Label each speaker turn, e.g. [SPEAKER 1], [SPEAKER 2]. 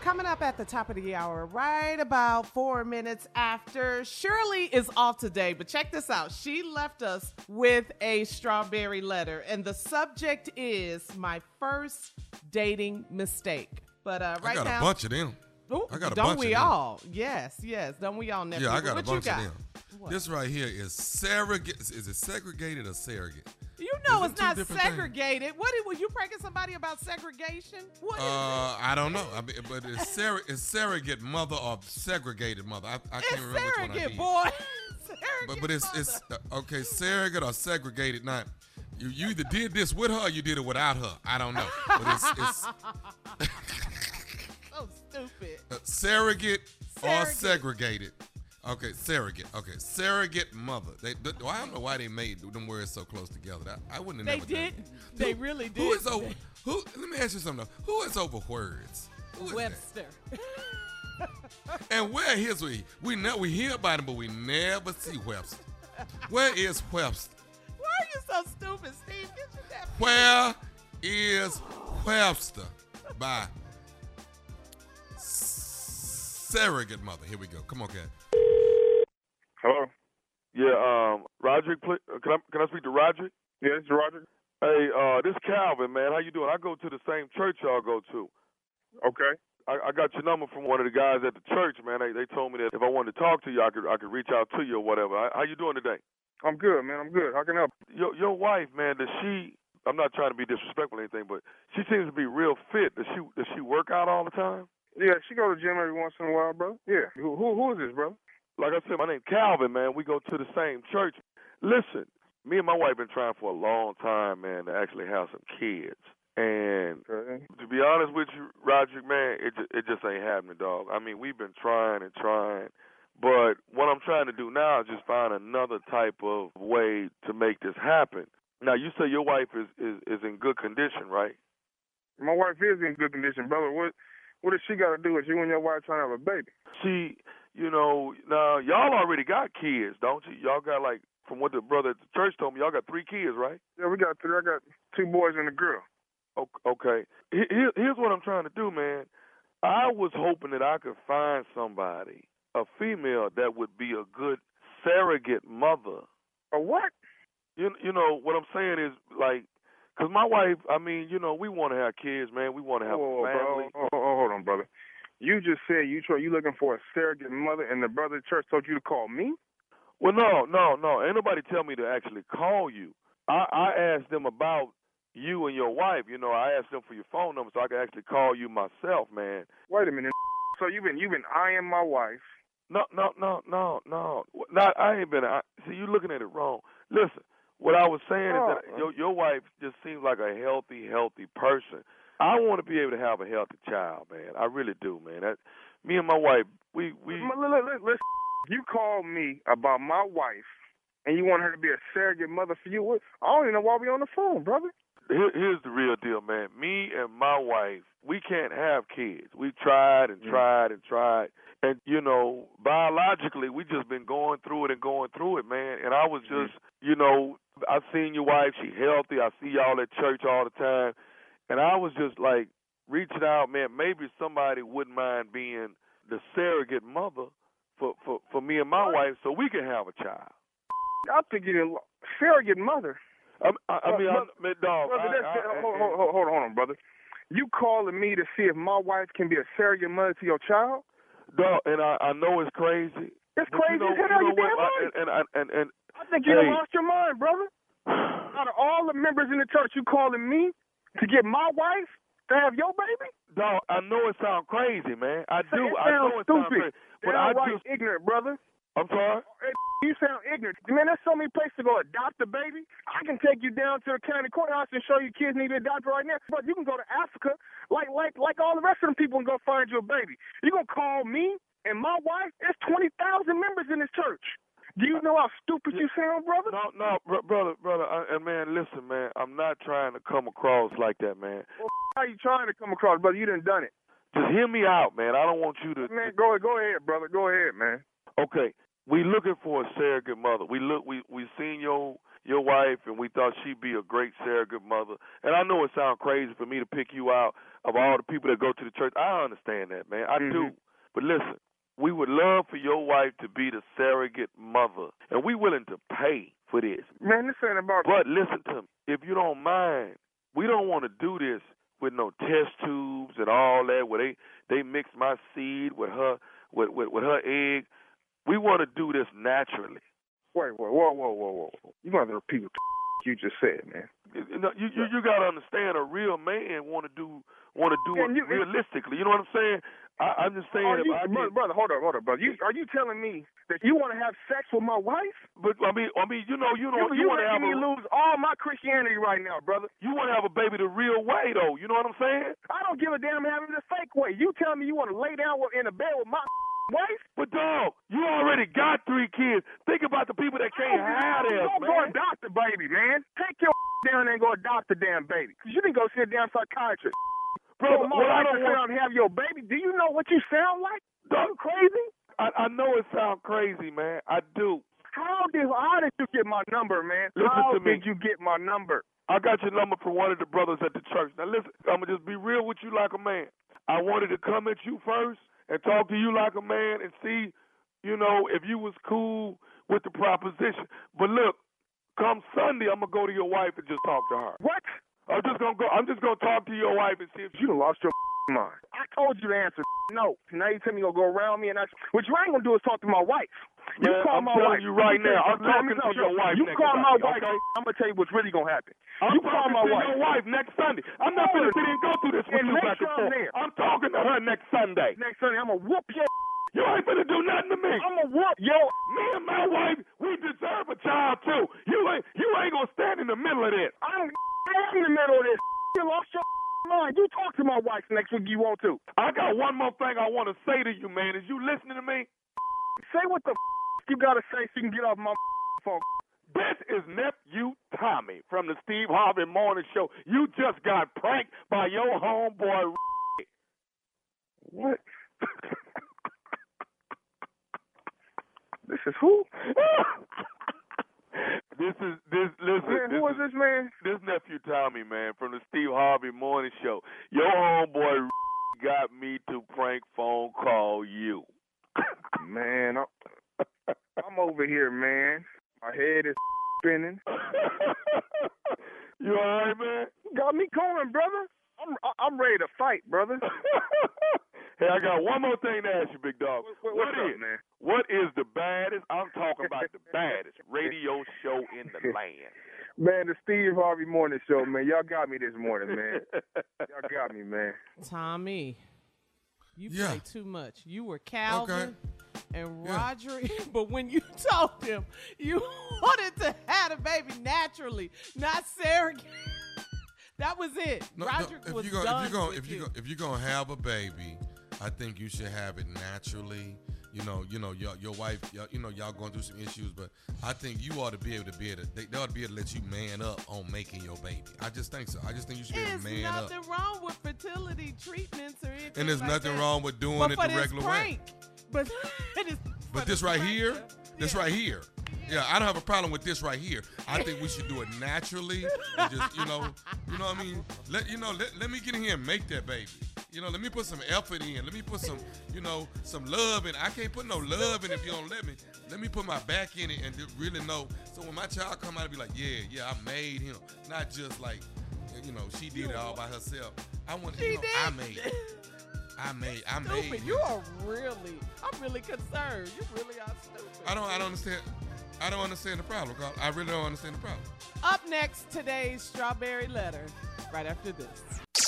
[SPEAKER 1] Coming up at the top of the hour, right about four minutes after, Shirley is off today, but check this out. She left us with a strawberry letter, and the subject is my first dating mistake. But uh, right
[SPEAKER 2] I got
[SPEAKER 1] now,
[SPEAKER 2] a bunch of them.
[SPEAKER 1] Ooh,
[SPEAKER 2] I got a
[SPEAKER 1] don't
[SPEAKER 2] bunch
[SPEAKER 1] we
[SPEAKER 2] of them.
[SPEAKER 1] all? Yes, yes. Don't we all? Nephew?
[SPEAKER 2] Yeah, I got
[SPEAKER 1] what
[SPEAKER 2] a bunch
[SPEAKER 1] you got?
[SPEAKER 2] of them. This right here is surrogate. Is it segregated or surrogate?
[SPEAKER 1] You know
[SPEAKER 2] These are
[SPEAKER 1] it's
[SPEAKER 2] two
[SPEAKER 1] not
[SPEAKER 2] different things.
[SPEAKER 1] segregated. What did- were you pranking somebody about segregation? What is it?
[SPEAKER 2] Uh, I don't know. I mean, but it's, sur- it's surrogate mother or segregated mother. I, I can't
[SPEAKER 1] It's
[SPEAKER 2] remember which one I
[SPEAKER 1] surrogate,
[SPEAKER 2] did.
[SPEAKER 1] boy.
[SPEAKER 2] But
[SPEAKER 1] surrogate
[SPEAKER 2] but it's it's uh, okay. Surrogate or segregated? Not. You, you either did this with her or you did it without her. I don't know. But it's, it's
[SPEAKER 1] mother. so stupid.
[SPEAKER 2] uh, surrogate, or
[SPEAKER 1] Surrogate.
[SPEAKER 2] segregated. Okay, surrogate. Okay, surrogate mother. They, th- well, I don't know why they made them words so close together. I, I wouldn't
[SPEAKER 1] They
[SPEAKER 2] have never done
[SPEAKER 1] did.
[SPEAKER 2] that.
[SPEAKER 1] They
[SPEAKER 2] Who-
[SPEAKER 1] really did.
[SPEAKER 2] Who is over? Who? Let me ask you something. though. Who is over words? Who is that?
[SPEAKER 1] Webster.
[SPEAKER 2] And where is we? We know we hear about him, but we never see Webster. Where is Webster?
[SPEAKER 1] Why are you so stupid, Steve? Get you that.
[SPEAKER 2] Where is Webster? By surrogate mother. Here we go. Come on, cat.
[SPEAKER 3] Hello. Yeah, um, Roger. Pl- can I can I speak to Roger? Yeah, this is Roger. Hey, uh, this Calvin, man. How you doing? I go to the same church y'all go to. Okay. I, I got your number from one of the guys at the church, man. They they told me that if I wanted to talk to you, I could I could reach out to you or whatever. I, how you doing today? I'm good, man. I'm good. How can I help? Your your wife, man. Does she? I'm not trying to be disrespectful or anything, but she seems to be real fit. Does she does she work out all the time?
[SPEAKER 4] Yeah, she go to gym every once in a while, bro. Yeah. Who who, who is this, brother?
[SPEAKER 3] like I said, my name Calvin, man. We go to the same church. Listen, me and my wife been trying for a long time, man, to actually have some kids. And
[SPEAKER 4] Okay.
[SPEAKER 3] to be honest with you, Roger, man, it ju- it just ain't happening, dog. I mean, we've been trying and trying, but what I'm trying to do now is just find another type of way to make this happen. Now, you say your wife is is, is in good condition, right?
[SPEAKER 4] My wife is in good condition, brother. What what does she got to do with you and your wife trying to have a baby?
[SPEAKER 3] See, you know, now y'all already got kids, don't you? Y'all got like, from what the brother at the church told me, y'all got three kids, right?
[SPEAKER 4] Yeah, we got three. I got two boys and a girl.
[SPEAKER 3] O- Okay. Here- here- Here's what I'm trying to do, man. I was hoping that I could find somebody, a female that would be a good surrogate mother.
[SPEAKER 4] A what?
[SPEAKER 3] You you know what I'm saying is like, cause my wife, I mean, you know, we want to have kids, man. We want to have
[SPEAKER 4] Whoa,
[SPEAKER 3] a family.
[SPEAKER 4] bro. Oh, oh, oh, hold on, brother. You just said you try you looking for a surrogate mother, and the brother at church told you to call me.
[SPEAKER 3] Well, no, no, no. Ain't nobody tell me to actually call you. I, I asked them about you and your wife. You know, I asked them for your phone number so I could actually call you myself, man.
[SPEAKER 4] Wait a minute. So you've been you've been eyeing my wife.
[SPEAKER 3] No, no, no, no, no. Not I ain't been. I, see, you looking at it wrong. Listen, what I was saying is
[SPEAKER 4] Oh.
[SPEAKER 3] that your your wife just seems like a healthy, healthy person. I want to be able to have a healthy child, man. I really do, man. That, me and my wife, we we.
[SPEAKER 4] Let, let, let, let's you call me about my wife, and you want her to be a surrogate mother for you. What? I don't even know why we on the phone, brother.
[SPEAKER 3] Here, here's the real deal, man. Me and my wife, we can't have kids. We tried and
[SPEAKER 4] Mm.
[SPEAKER 3] tried and tried, and you know, biologically, we just been going through it and going through it, man. And I was
[SPEAKER 4] Mm.
[SPEAKER 3] just, you know, I seen your wife; she healthy. I see y'all at church all the time, and I was just like reaching out, man. Maybe somebody wouldn't mind being the surrogate mother for for for me and my
[SPEAKER 4] What?
[SPEAKER 3] wife, so we can have a child.
[SPEAKER 4] I think you didn't surrogate mother.
[SPEAKER 3] I, I, I
[SPEAKER 4] Well,
[SPEAKER 3] mean,
[SPEAKER 4] look,
[SPEAKER 3] I, man, dog.
[SPEAKER 4] Brother,
[SPEAKER 3] Oh, I-
[SPEAKER 4] that's,
[SPEAKER 3] I-
[SPEAKER 4] hold, hold, hold, hold on, brother. You calling me to see if my wife can be a surrogate mother to your child?
[SPEAKER 3] Dog, and I, I know it's crazy.
[SPEAKER 4] It's
[SPEAKER 3] But
[SPEAKER 4] crazy
[SPEAKER 3] you know,
[SPEAKER 4] as hell.
[SPEAKER 3] you
[SPEAKER 4] You, damn
[SPEAKER 3] know what,
[SPEAKER 4] right.
[SPEAKER 3] I, and, and, and,
[SPEAKER 4] I, think you done
[SPEAKER 3] hey.
[SPEAKER 4] lost your mind, brother.
[SPEAKER 3] and
[SPEAKER 4] Out of all the members in the church, you calling me to get my wife to have your baby?
[SPEAKER 3] dog, I know it sounds crazy, man. I
[SPEAKER 4] Say
[SPEAKER 3] do.
[SPEAKER 4] it
[SPEAKER 3] I know
[SPEAKER 4] sounds
[SPEAKER 3] it sounds
[SPEAKER 4] stupid.
[SPEAKER 3] crazy. But I
[SPEAKER 4] Downright
[SPEAKER 3] just,
[SPEAKER 4] ignorant, brother.
[SPEAKER 3] I'm sorry.
[SPEAKER 4] Hey, You sound ignorant. Man, there's so many places to go adopt a baby. I can take you down to the county courthouse and show you kids need to adopt right now. But you can go to Africa like like like all the rest of them people and go find you a baby. You gonna call me and my wife? There's twenty thousand members in this church. Do you know how stupid you sound, brother?
[SPEAKER 3] No, no, br- brother, brother, I, and man, listen, man, I'm not trying to come across like that, man.
[SPEAKER 4] How you trying to come across, brother? You done done it.
[SPEAKER 3] Just hear me out, man. I don't want you to.
[SPEAKER 4] Man, go go ahead, brother. Go ahead, man.
[SPEAKER 3] Okay, we looking for a surrogate mother. We look, we we seen your your wife, and we thought she'd be a great surrogate mother. And I know it sounds crazy for me to pick you out of all the people that go to the church. I understand that, man. I do. But listen, we would love for your wife to be the surrogate mother, and we willing to pay for this.
[SPEAKER 4] Man, this ain't about
[SPEAKER 3] But listen to me, if you don't mind, we don't want to do this with no test tubes and all that. Where they they mix my seed with her with with, with her egg. We want to do this naturally.
[SPEAKER 4] Wait, wait, whoa, whoa, whoa, whoa. whoa. You gonna have to repeat what the you just said, man.
[SPEAKER 3] You you know, you, you, you got to understand a real man want to do want to do
[SPEAKER 4] And
[SPEAKER 3] it
[SPEAKER 4] you-
[SPEAKER 3] realistically. You know what I'm saying? I, I'm just saying.
[SPEAKER 4] Are
[SPEAKER 3] if
[SPEAKER 4] you,
[SPEAKER 3] I
[SPEAKER 4] brother,
[SPEAKER 3] did-
[SPEAKER 4] brother, hold up, hold up, brother. You, are you telling me that you want to have sex with my wife?
[SPEAKER 3] but I mean, I mean, you know, you know,
[SPEAKER 4] you, you
[SPEAKER 3] want to have
[SPEAKER 4] making me
[SPEAKER 3] a,
[SPEAKER 4] lose all my Christianity right now, brother.
[SPEAKER 3] you want to have a baby the real way though. You know what I'm saying?
[SPEAKER 4] I don't give a damn having the fake way. You tell me you want to lay down with- in a bed with my wife?
[SPEAKER 3] But dog, you already got three kids. Think about the people that can't have theirs,
[SPEAKER 4] Go, go
[SPEAKER 3] man.
[SPEAKER 4] adopt the baby, man. Take your down there and go adopt the damn baby. 'Cause you can go see a damn psychiatrist. Your
[SPEAKER 3] Brother,
[SPEAKER 4] mama
[SPEAKER 3] what I
[SPEAKER 4] like
[SPEAKER 3] don't
[SPEAKER 4] to sit
[SPEAKER 3] want,
[SPEAKER 4] down and have your baby. Do you know what you sound like? Are you crazy?
[SPEAKER 3] I, I know it sounds crazy, man. I do.
[SPEAKER 4] How did how did you get my number, man?
[SPEAKER 3] Listen
[SPEAKER 4] how
[SPEAKER 3] to me.
[SPEAKER 4] did you get my number?
[SPEAKER 3] I got your number from one of the brothers at the church. Now listen, I'm gonna just be real with you like a man. I wanted to come at you first and talk to you like a man and see, you know, if you was cool with the proposition. But look, come Sunday, I'm gonna go to your wife and just talk to her.
[SPEAKER 4] What?
[SPEAKER 3] I'm just gonna go. I'm just gonna talk to your wife and see if
[SPEAKER 4] You done lost your mind. I told you to answer no. Now you tell me you're gonna go around me and I what you ain't gonna do is talk to my wife. You
[SPEAKER 3] Man,
[SPEAKER 4] call
[SPEAKER 3] I'm
[SPEAKER 4] my wife.
[SPEAKER 3] telling you right now, I'm
[SPEAKER 4] Let me
[SPEAKER 3] talking
[SPEAKER 4] know.
[SPEAKER 3] to your wife
[SPEAKER 4] You
[SPEAKER 3] next
[SPEAKER 4] call my
[SPEAKER 3] Sunday,
[SPEAKER 4] wife.
[SPEAKER 3] okay?
[SPEAKER 4] I'm gonna tell you what's really gonna happen.
[SPEAKER 3] I'm
[SPEAKER 4] you call
[SPEAKER 3] talking
[SPEAKER 4] my
[SPEAKER 3] to
[SPEAKER 4] wife.
[SPEAKER 3] your wife next Sunday. I'm not
[SPEAKER 4] Hold
[SPEAKER 3] going
[SPEAKER 4] it.
[SPEAKER 3] to sit and go through this with
[SPEAKER 4] And
[SPEAKER 3] you
[SPEAKER 4] make
[SPEAKER 3] back
[SPEAKER 4] sure
[SPEAKER 3] and
[SPEAKER 4] I'm
[SPEAKER 3] forth.
[SPEAKER 4] there.
[SPEAKER 3] I'm talking to her next Sunday.
[SPEAKER 4] Next Sunday I'm gonna whoop your.
[SPEAKER 3] You ain't going to do nothing to me.
[SPEAKER 4] I'm gonna whoop your.
[SPEAKER 3] me and my wife, we deserve a child too. You ain't you ain't going to stand in the middle of this.
[SPEAKER 4] I'm in the middle of this. You lost your mind. You talk to my wife next week. You want to?
[SPEAKER 3] I got one more thing I want to say to you, man. Is you listening to me?
[SPEAKER 4] Say what the you gotta say so you can get off my phone.
[SPEAKER 3] This is nephew Tommy from the Steve Harvey Morning Show. You just got pranked by your homeboy.
[SPEAKER 4] What? this is who?
[SPEAKER 3] this is this listen.
[SPEAKER 4] Man, who is this man?
[SPEAKER 3] this nephew Tommy, man, from the Steve Harvey Morning Show. Your homeboy got me to prank phone call you.
[SPEAKER 4] Man, I'm, I'm over here, man. My head is spinning.
[SPEAKER 3] you all right, man?
[SPEAKER 4] Got me going, brother. I'm I- I'm ready to fight, brother.
[SPEAKER 3] hey, I got one more thing to ask you, big dog.
[SPEAKER 4] What, what's
[SPEAKER 3] What
[SPEAKER 4] up,
[SPEAKER 3] is-
[SPEAKER 4] man?
[SPEAKER 3] What is the baddest? I'm talking about the baddest radio show in the land.
[SPEAKER 4] Man, the Steve Harvey Morning Show, man. Y'all got me this morning, man. Y'all got me, man.
[SPEAKER 1] Tommy, you
[SPEAKER 2] Yeah.
[SPEAKER 1] play too much. You were Calvin and
[SPEAKER 2] Yeah.
[SPEAKER 1] Roger, but when you told him you wanted to have a baby naturally, not surrogate, that was it. Roger
[SPEAKER 2] if
[SPEAKER 1] was
[SPEAKER 2] you gonna,
[SPEAKER 1] done
[SPEAKER 2] if you gonna,
[SPEAKER 1] with
[SPEAKER 2] if you
[SPEAKER 1] you.
[SPEAKER 2] gonna, if you gonna have a baby, I think you should have it naturally. You know, you know your your wife, y'all- you know y'all going through some issues, but I think you ought to be able to be able to, they, they ought to be able to let you man up on making your baby. I just think so. I just think you should be able
[SPEAKER 1] There's
[SPEAKER 2] to man up.
[SPEAKER 1] nothing wrong with fertility treatments or anything.
[SPEAKER 2] And there's
[SPEAKER 1] like
[SPEAKER 2] nothing
[SPEAKER 1] that.
[SPEAKER 2] wrong with doing
[SPEAKER 1] but
[SPEAKER 2] it
[SPEAKER 1] for
[SPEAKER 2] the
[SPEAKER 1] this
[SPEAKER 2] regular way.
[SPEAKER 1] prank, But it is for
[SPEAKER 2] But this right
[SPEAKER 1] prank,
[SPEAKER 2] here,
[SPEAKER 1] though.
[SPEAKER 2] this
[SPEAKER 1] Yeah.
[SPEAKER 2] right here. Yeah, I don't have a problem with this right here. I think we should do it naturally. And just, you know, you know what I mean? Let you know, let, let me get in here and make that baby. You know, let me put some effort in. Let me put some, you know, some love in. I can't put no love in if you don't let me. Let me put my back in it and just really know. So when my child come out, I be like, yeah, yeah, I made him. Not just like, you know, she did it all by herself. I want,
[SPEAKER 1] She
[SPEAKER 2] you know,
[SPEAKER 1] did.
[SPEAKER 2] I made, it. I made, I made.
[SPEAKER 1] stupid.
[SPEAKER 2] him.
[SPEAKER 1] You are really, I'm really concerned. You really are stupid.
[SPEAKER 2] I don't. I don't understand. I don't understand the problem. Carl. I really don't understand the problem.
[SPEAKER 1] Up next, today's strawberry letter. Right after this.